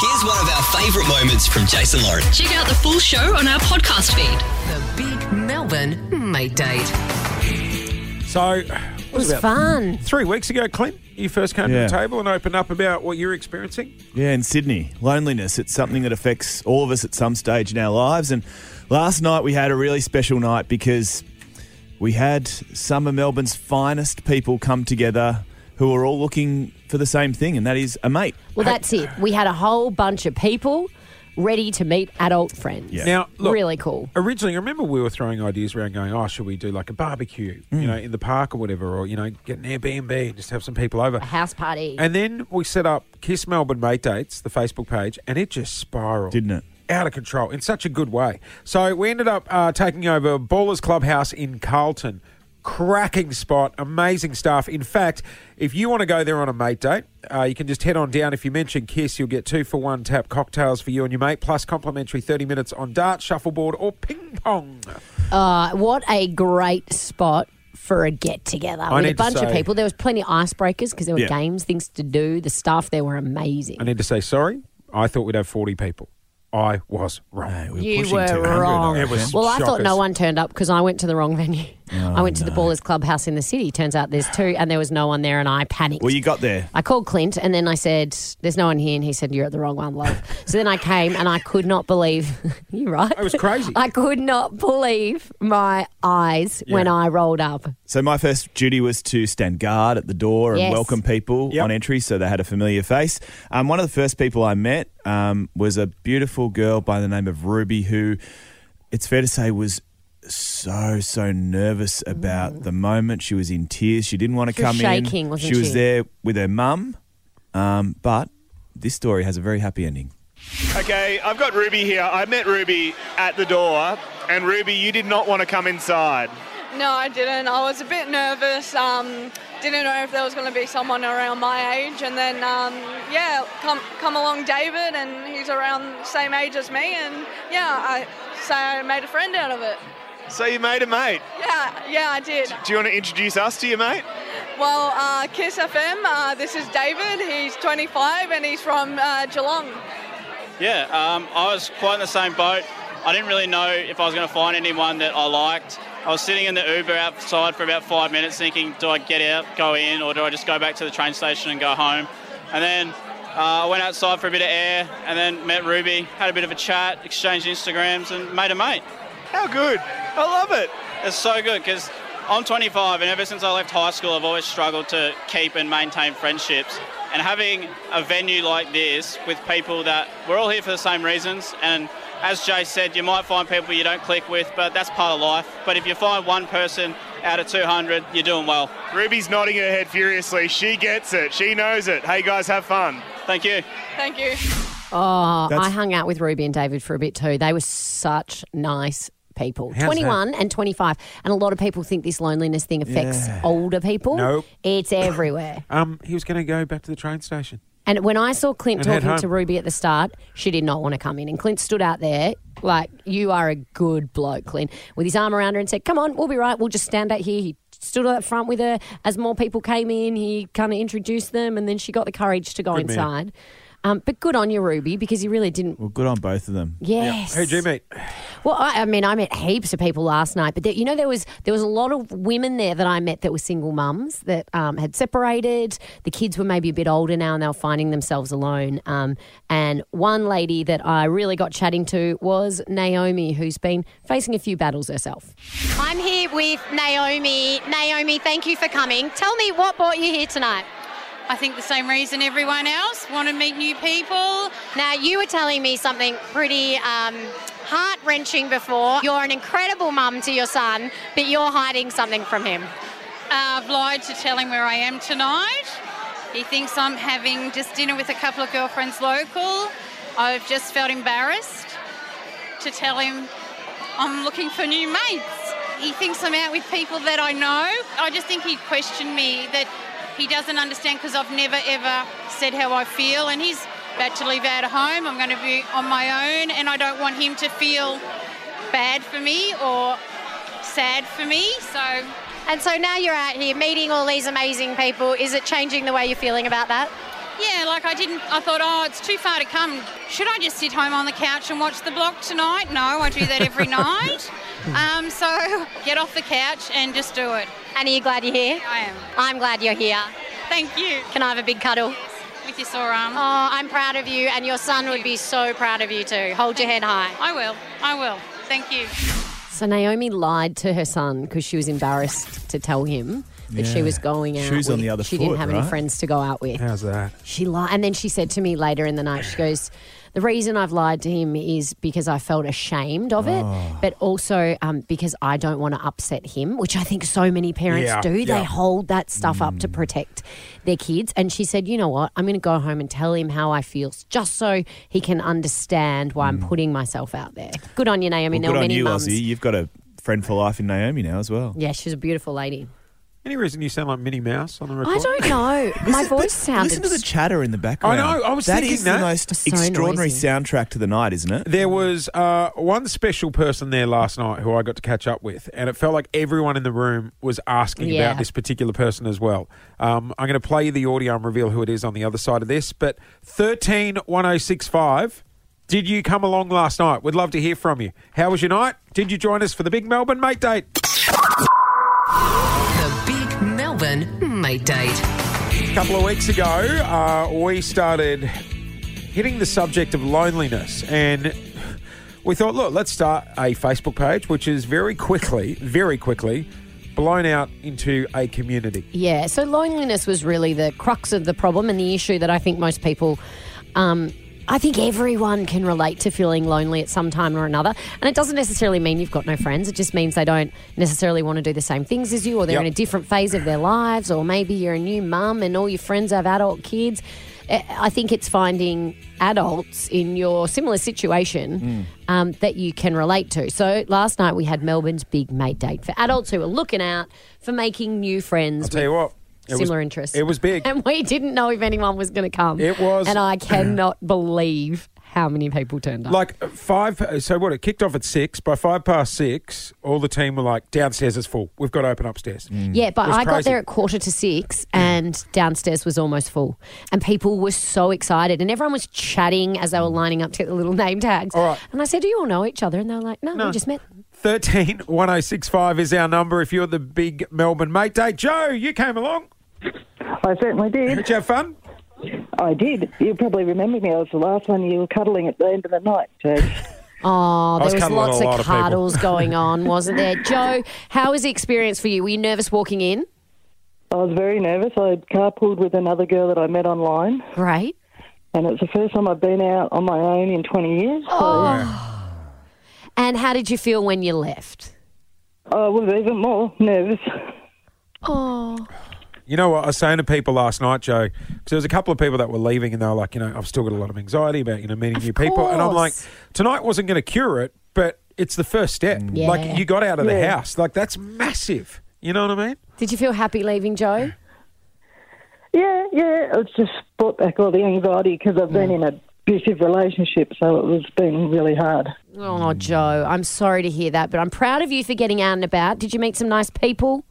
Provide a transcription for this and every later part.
Here's one of our favourite moments from Jason Lauren. Check out the full show on our podcast feed. The Big Melbourne Mate Date. So, It was fun. three weeks ago, Clint, you first came Yeah. to the table and opened up about what you're experiencing. Yeah, in Sydney, loneliness. It's something that affects all of us at some stage in our lives. And last night we had a really special night because we had some of Melbourne's finest people come together who are all looking for the same thing, and that is a mate. Well, that's it. We had a whole bunch of people ready to meet adult friends. Yeah. Now, look, really cool. Originally, remember we were throwing ideas around, going, "Oh, should we do like a barbecue, Hmm. you know, in the park or whatever, or you know, get an Airbnb and just have some people over." A house party. And then we set up Kiss Melbourne Mate Dates, the Facebook page, and it just spiraled. Didn't it? Out of control in such a good way. So we ended up uh, taking over Ballers Clubhouse in Carlton. Cracking spot, amazing stuff. In fact, if you want to go there on a mate date, uh, you can just head on down. If you mention Kiss, you'll get two for one tap cocktails for you and your mate, plus complimentary 30 minutes on dart, shuffleboard, or ping pong. Uh, what a great spot for a get together with a need to bunch of say- people. There was plenty of icebreakers because there were Yeah. games, things to do. The staff there were amazing. I need to say sorry. I thought we'd have 40 people. I was wrong. Hey, we're You pushing were 200, wrong. I It was- reckon. Well, I thought Shockers. no one turned up because I went to the wrong venue. Oh, I went to the Ballers Clubhouse in the city. Turns out there's two, and there was no one there, and I panicked. Well, you got there. I called Clint and then I said, There's no one here. And he said, You're at the wrong one, love. so then I came and I could not believe, you right. It was crazy. I could not believe my eyes when Yeah. I rolled up. So my first duty was to stand guard at the door and Yes. welcome people Yep. on entry, so they had a familiar face. Um, one of the first people I met um, was a beautiful girl by the name of Ruby, who it's fair to say was so so nervous about the moment. She was in tears. She didn't want to Mm. She was come shaking, in. wasn't she was she? there with her mum, um, but this story has a very happy ending. Okay, I've got Ruby here. I met Ruby at the door, and Ruby, you did not want to come inside. No, I didn't. I was a bit nervous. Um, didn't know if there was going to be someone around my age, and then um, yeah, come come along, David, and he's around the same age as me, and yeah, I so I made a friend out of it. So you made a mate. Yeah, yeah, I did. Do you want to introduce us to your mate? Well, uh, Kiss FM. Uh, this is David. He's 25 and he's from uh, Geelong. Yeah, um, I was quite in the same boat. I didn't really know if I was going to find anyone that I liked. I was sitting in the Uber outside for about five minutes thinking, do I get out, go in, or do I just go back to the train station and go home? And then uh, I went outside for a bit of air and then met Ruby, had a bit of a chat, exchanged Instagrams, and made a mate. How good. I love it. It's so good because I'm 25, and ever since I left high school, I've always struggled to keep and maintain friendships. And having a venue like this with people that we're all here for the same reasons, and as Jay said, you might find people you don't click with, but that's part of life. But if you find one person out of 200, you're doing well. Ruby's nodding her head furiously. She gets it. She knows it. Hey, guys, have fun. Thank you. Thank you. Oh, That's- I hung out with Ruby and David for a bit too. They were such nice people. How's 21 and 25. And a lot of people think this loneliness thing affects older people. Nope. It's everywhere. Um, he was going to go back to the train station. And when I saw Clint And head talking home. to Ruby at the start, she did not want to come in. And Clint stood out there like, you are a good bloke, Clint, with his arm around her and said, come on, we'll be right. We'll just stand out here. He stood out front with her. As more people came in, he kind of introduced them and then she got the courage to go Good man. inside. Um, but good on you, Ruby, because you really didn't. Well, good on both of them. Yes. Who'd you meet? Well, I, I mean, I met heaps of people last night, but there, you know, there was there was a lot of women there that I met that were single mums that um, had separated. The kids were maybe a bit older now, and they were finding themselves alone. Um, and one lady that I really got chatting to was Naomi, who's been facing a few battles herself. I'm here with Naomi. Naomi, thank you for coming. Tell me what brought you here tonight. I think the same reason everyone else want to meet new people. Now, you were telling me something pretty um, heart wrenching before. You're an incredible mum to your son, but you're hiding something from him. I've lied Uh, to tell him where I am tonight. He thinks I'm having just dinner with a couple of girlfriends local. I've just felt embarrassed to tell him I'm looking for new mates. He thinks I'm out with people that I know. I just think he'd question me that he doesn't understand because I've never ever said how I feel. And he's about to leave out of home. I'm going to be on my own, and I don't want him to feel bad for me or sad for me. So. And so now you're out here meeting all these amazing people. Is it changing the way you're feeling about that? Yeah, like I didn't. I thought, oh, it's too far to come. Should I just sit home on the couch and watch the block tonight? No, I do that every night. Um, so get off the couch and just do it. And are you glad you're here? I am. I'm glad you're here. Thank you. Can I have a big cuddle? With your sore arm. Oh, I'm proud of you, and your son would be so proud of you too. Hold your head high. I will. I will. Thank you. So Naomi lied to her son because she was embarrassed to tell him that she Yeah. was going out. She was on with- the other She foot, didn't have any right? friends to go out with. How's that? She lied, and then she said to me later in the night, she goes, "The reason I've lied to him is because I felt ashamed of it, Oh. but also um, because I don't want to upset him, which I think so many parents Yeah, do. yeah. They hold that stuff up Mm. to protect their kids." And she said, "You know what? I'm going to go home and tell him how I feel, just so he can understand why I'm putting myself out there." Good on you, Naomi. Mm. Well, there good were on many you, mums. Aussie. You've got a friend for life in Naomi now as well. Yeah, she's a beautiful lady. Any reason you sound like Minnie Mouse on the record? I don't know. My voice sounded Listen to the chatter in the background. I know, I was That thinking is that. the most So extraordinary noisy. soundtrack to the night, isn't it? There was uh, one special person there last night who I got to catch up with, and it felt like everyone in the room was asking Yeah. about this particular person as well. Um, I'm going to play you the audio and reveal who it is on the other side of this. But 131065, did you come along last night? We'd love to hear from you. How was your night? Did you join us for the big Melbourne mate date? The Big Melbourne Mate Date. A couple of weeks ago, uh, we started hitting the subject of loneliness, and we thought, look, let's start a Facebook page, which is very quickly, very quickly blown out into a community. Yeah, so loneliness was really the crux of the problem and the issue that I think most people. Um, I think everyone can relate to feeling lonely at some time or another. And it doesn't necessarily mean you've got no friends. It just means they don't necessarily want to do the same things as you, or they're Yep. in a different phase of their lives, or maybe you're a new mum and all your friends have adult kids. I I think it's finding adults in your similar situation Mm. um, that you can relate to. So last night we had Melbourne's big mate date for adults who are looking out for making new friends. I'll tell you with what, it was- similar interests. it was big. and we didn't know if anyone was going to come. It was- and I cannot believe how many people turned up. Like five, so what? It kicked off at six. By five past six, all the team were like, "Downstairs is full. We've got to open upstairs." Mm. Yeah, but It was I got crazy. there at quarter to six and downstairs was almost full. And people were so excited and everyone was chatting as they were lining up to get the little name tags. All right. And I said, Do you all know each other? And they were like, No, No. we just met. 13 1065 is our number if you're the big Melbourne mate day. Joe, you came along. I certainly did. Did you have fun? I did. You probably remember me. I was the last one you were cuddling at the end of the night. So. Oh, I was there was cuddling a lots of, lot of people. cuddles going on, wasn't there? Joe, how was the experience for you? Were you nervous walking in? I was very nervous. I had carpooled with another girl that I met online. Right. And it's the first time I've been out on my own in 20 years. So Oh. And how did you feel when you left? I was even more nervous. Oh. You know what I was saying to people last night, Joe, because there was a couple of people that were leaving, and they were like, you know, I've still got a lot of anxiety about you know meeting new people, and I'm like, course. tonight wasn't going to cure it, but it's the first step. Yeah. Like you got out of the Yeah. house, like that's massive. You know what I mean? Did you feel happy leaving, Joe? Yeah, yeah. It's just brought back all the anxiety because I've Mm. been in an abusive relationship. So it was been really hard. Oh, Joe, I'm sorry to hear that, but I'm proud of you for getting out and about. Did you meet some nice people?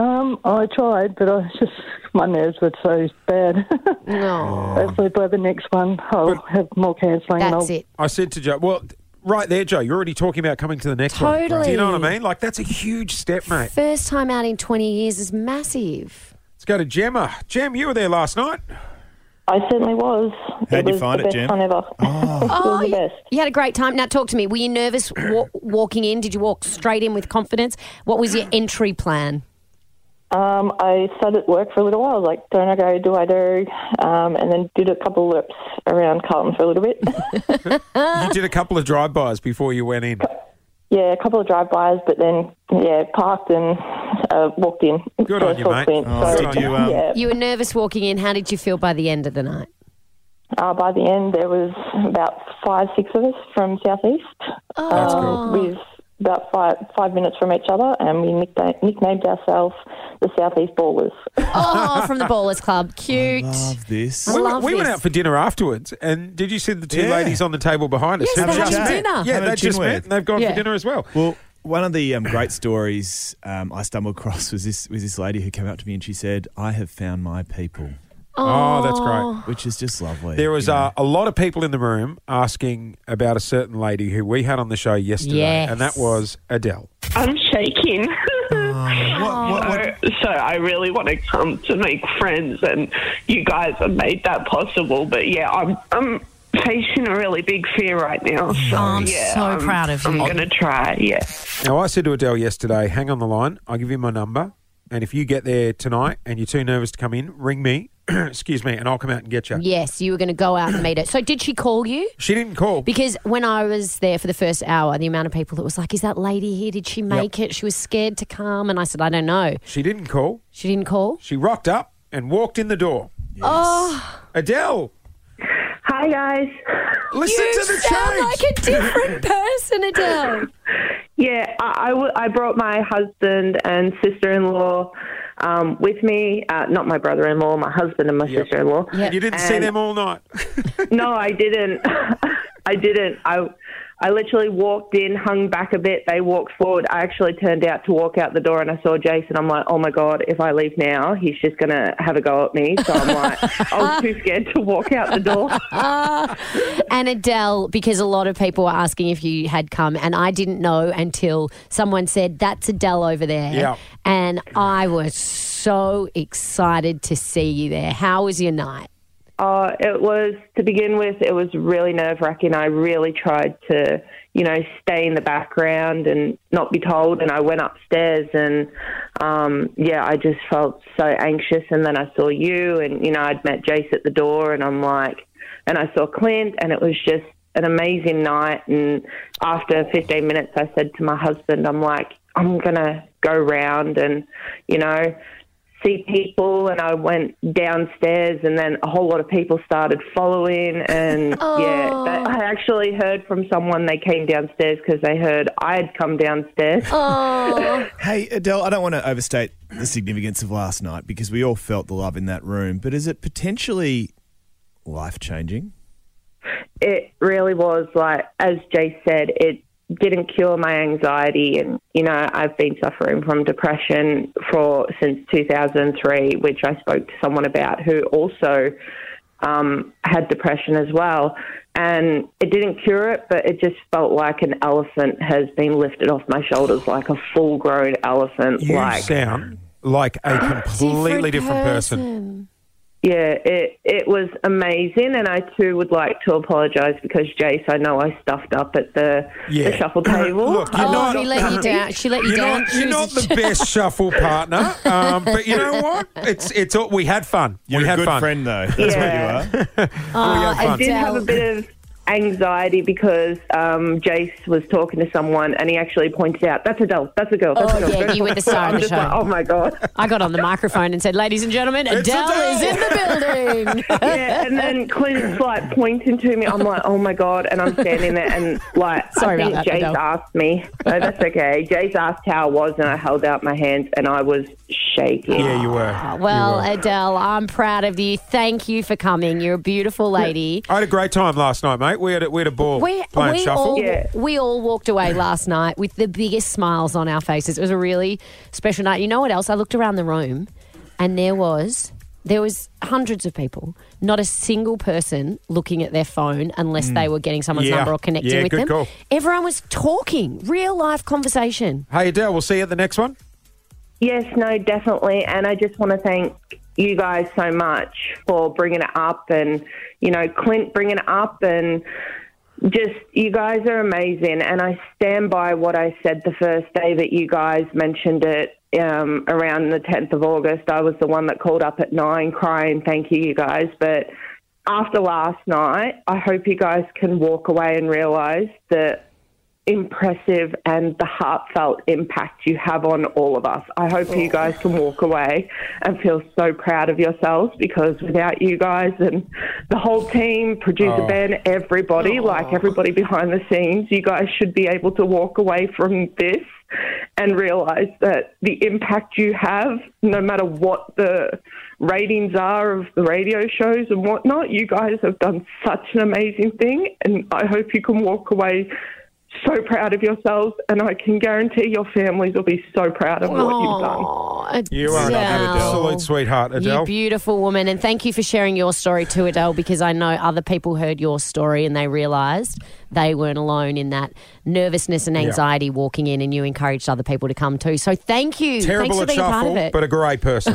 Um, I tried, but I just my nerves were so bad. No. Hopefully, by the next one, I'll have more counselling. and I'll- I said to Joe, well, right there, Joe, you're already talking about coming to the next one. Totally. Do you know what I mean? Like that's a huge step, mate. First time out in 20 years is massive. Let's go to Gemma. Gem, you were there last night. I certainly was. How'd you was find the it, best Jen? Fun ever. Oh, you- you had a great time. Now, talk to me. Were you nervous wa- walking in? Did you walk straight in with confidence? What was your entry plan? Um, I sat at work for a little while. I was like, don't I go, do I do? Um, and then did a couple of laps around Carlton for a little bit. you did a couple of drive-bys before you went in. yeah, a couple of drive-bys, but then, yeah, parked and uh, walked in. Good on you, mate. Oh, did you, um, yeah. You were nervous walking in. How did you feel by the end of the night? Uh, by the end, there was about five, six of us from Southeast. That's um, cool. With about five, five minutes from each other, and we nickna- nicknamed ourselves the Southeast Ballers. Oh, from the Ballers Club. Cute. This. I we love we went this. out for dinner afterwards, and did you see the two Yeah. ladies on the table behind us? Yes, who they just had met? dinner. Yeah, Had a they just gin met, with. and they've gone Yeah. for dinner as well. Well, one of the um, great stories um, I stumbled across was this was this lady who came up to me and she said, "I have found my people." Oh, that's great. Which is just lovely. There was uh, a lot of people in the room asking about a certain lady who we had on the show yesterday, Yes. and that was Adele. I'm shaking. So, so I really want to come to make friends, and you guys have made that possible. But yeah, I'm I'm facing a really big fear right now. So, I'm Oh, yeah, so I'm, proud of I'm you. going to try. Yeah. Now, I said to Adele yesterday, hang on the line. I'll give you my number. And if you get there tonight and you're too nervous to come in, ring me. Excuse me, and I'll come out and get you. Yes, you were going to go out and meet her. So did she call you? She didn't call. Because when I was there for the first hour, the amount of people that was like, "Is that lady here? Did she make it? She was scared to come." And I said, "I don't know." She didn't call. She didn't call. She rocked up and walked in the door. Oh, Adele, Hi guys. Listen you to the sound change. like a different person, Adele. Yeah, I I w- I brought my husband and sister in law um, with me. Uh, not my brother in law, my husband and my sister in law. you didn't see them all night. no, I didn't. I didn't. I I literally walked in, hung back a bit. They walked forward. I actually turned out to walk out the door, and I saw Jason. I'm like, oh my god, if I leave now, he's just gonna have a go at me. So I'm like, I was too scared to walk out the door. Ah. and Adele, because a lot of people were asking if you had come, and I didn't know until someone said, That's Adele over there. Yeah. And I was so excited to see you there. How was your night? Uh, it was to begin with. It was really nerve wracking. I really tried to, you know, stay in the background and not be told. And I went upstairs, and um, yeah, I just felt so anxious. And then I saw you, and you know, I'd met Jace at the door, and I'm like, and I saw Clint, and it was just an amazing night. And after 15 minutes, I said to my husband, I'm like, I'm gonna go round, and you know, see people and I went downstairs and then a whole lot of people started following and yeah that, I actually heard from someone they came downstairs because they heard I had come downstairs hey, Adele, I don't want to overstate the significance of last night because we all felt the love in that room, but is it potentially life changing? it really was like as Jay said it didn't cure my anxiety and you know I've been suffering from depression for since 2003 which I spoke to someone about who also um, had depression as well and it didn't cure it but it just felt like an elephant has been lifted off my shoulders like a full grown elephant You like sound like a completely different, person. yeah, it it was amazing, and I too would like to apologise because Jace, I know I stuffed up at the, Yeah. the shuffle table. Look, Oh, you're not- you're Not, you're not the best shuffle partner, um, but you know what? It's it's all, we had fun. You're we a had good fun. friend, though. That's what you are. Ah, had I fun. did have a bit of anxiety because um, Jace was talking to someone, and he actually pointed out, "That's a doll. That's a girl. That's a Oh, girl." yeah, that's you a were the girl." star I'm of the just show. like, oh my god! I got on the microphone and said, "Ladies and gentlemen, Adele, is in the building." yeah, and then Clint's like pointing to me. I'm like, oh my god! And I'm standing there, and like, Sorry I about that, think Jace Adele. asked me. No, that's okay. Jace asked how I was, and I held out my hands, and I was shaking. Yeah, you were. Ah, Oh, Well, You were. Adele, I'm proud of you. Thank you for coming. You're a beautiful lady. I had a great time last night, mate. We had a, we had a ball We, playing we, shuffle. all, we all walked away last night with the biggest smiles on our faces. It was a really special night. You know what else? I looked around the room and there was there was hundreds of people, not a single person looking at their phone unless Mm. they were getting someone's Yeah. number or connecting Yeah, with good them. call. Everyone was talking, real life conversation. Hey Adele, we'll see you at the next one. Yes, no, definitely. And I just want to thank you guys so much for bringing it up and, you know, Clint bringing it up and just, you guys are amazing. And I stand by what I said the first day that you guys mentioned it um, around the 10th of August. I was the one that called up at nine crying, thank you, you guys. But after last night, I hope you guys can walk away and realize that impressive and the heartfelt impact you have on all of us. I hope you guys can walk away and feel so proud of yourselves because without you guys and the whole team, producer Oh. Ben, everybody, like everybody behind the scenes, you guys should be able to walk away from this and realize that the impact you have, no matter what the ratings are of the radio shows and whatnot, you guys have done such an amazing thing. And I hope you can walk away so proud of yourselves, and I can guarantee your families will be so proud of what you've done. You are an Oh, Adele. absolute sweetheart, You Adele. beautiful woman, and thank you for sharing your story too, Adele, because I know other people heard your story and they realised they weren't alone in that nervousness and Yeah. anxiety walking in, and you encouraged other people to come too. So thank you. Thanks Terrible for at being part of shuffle, it. but a great person.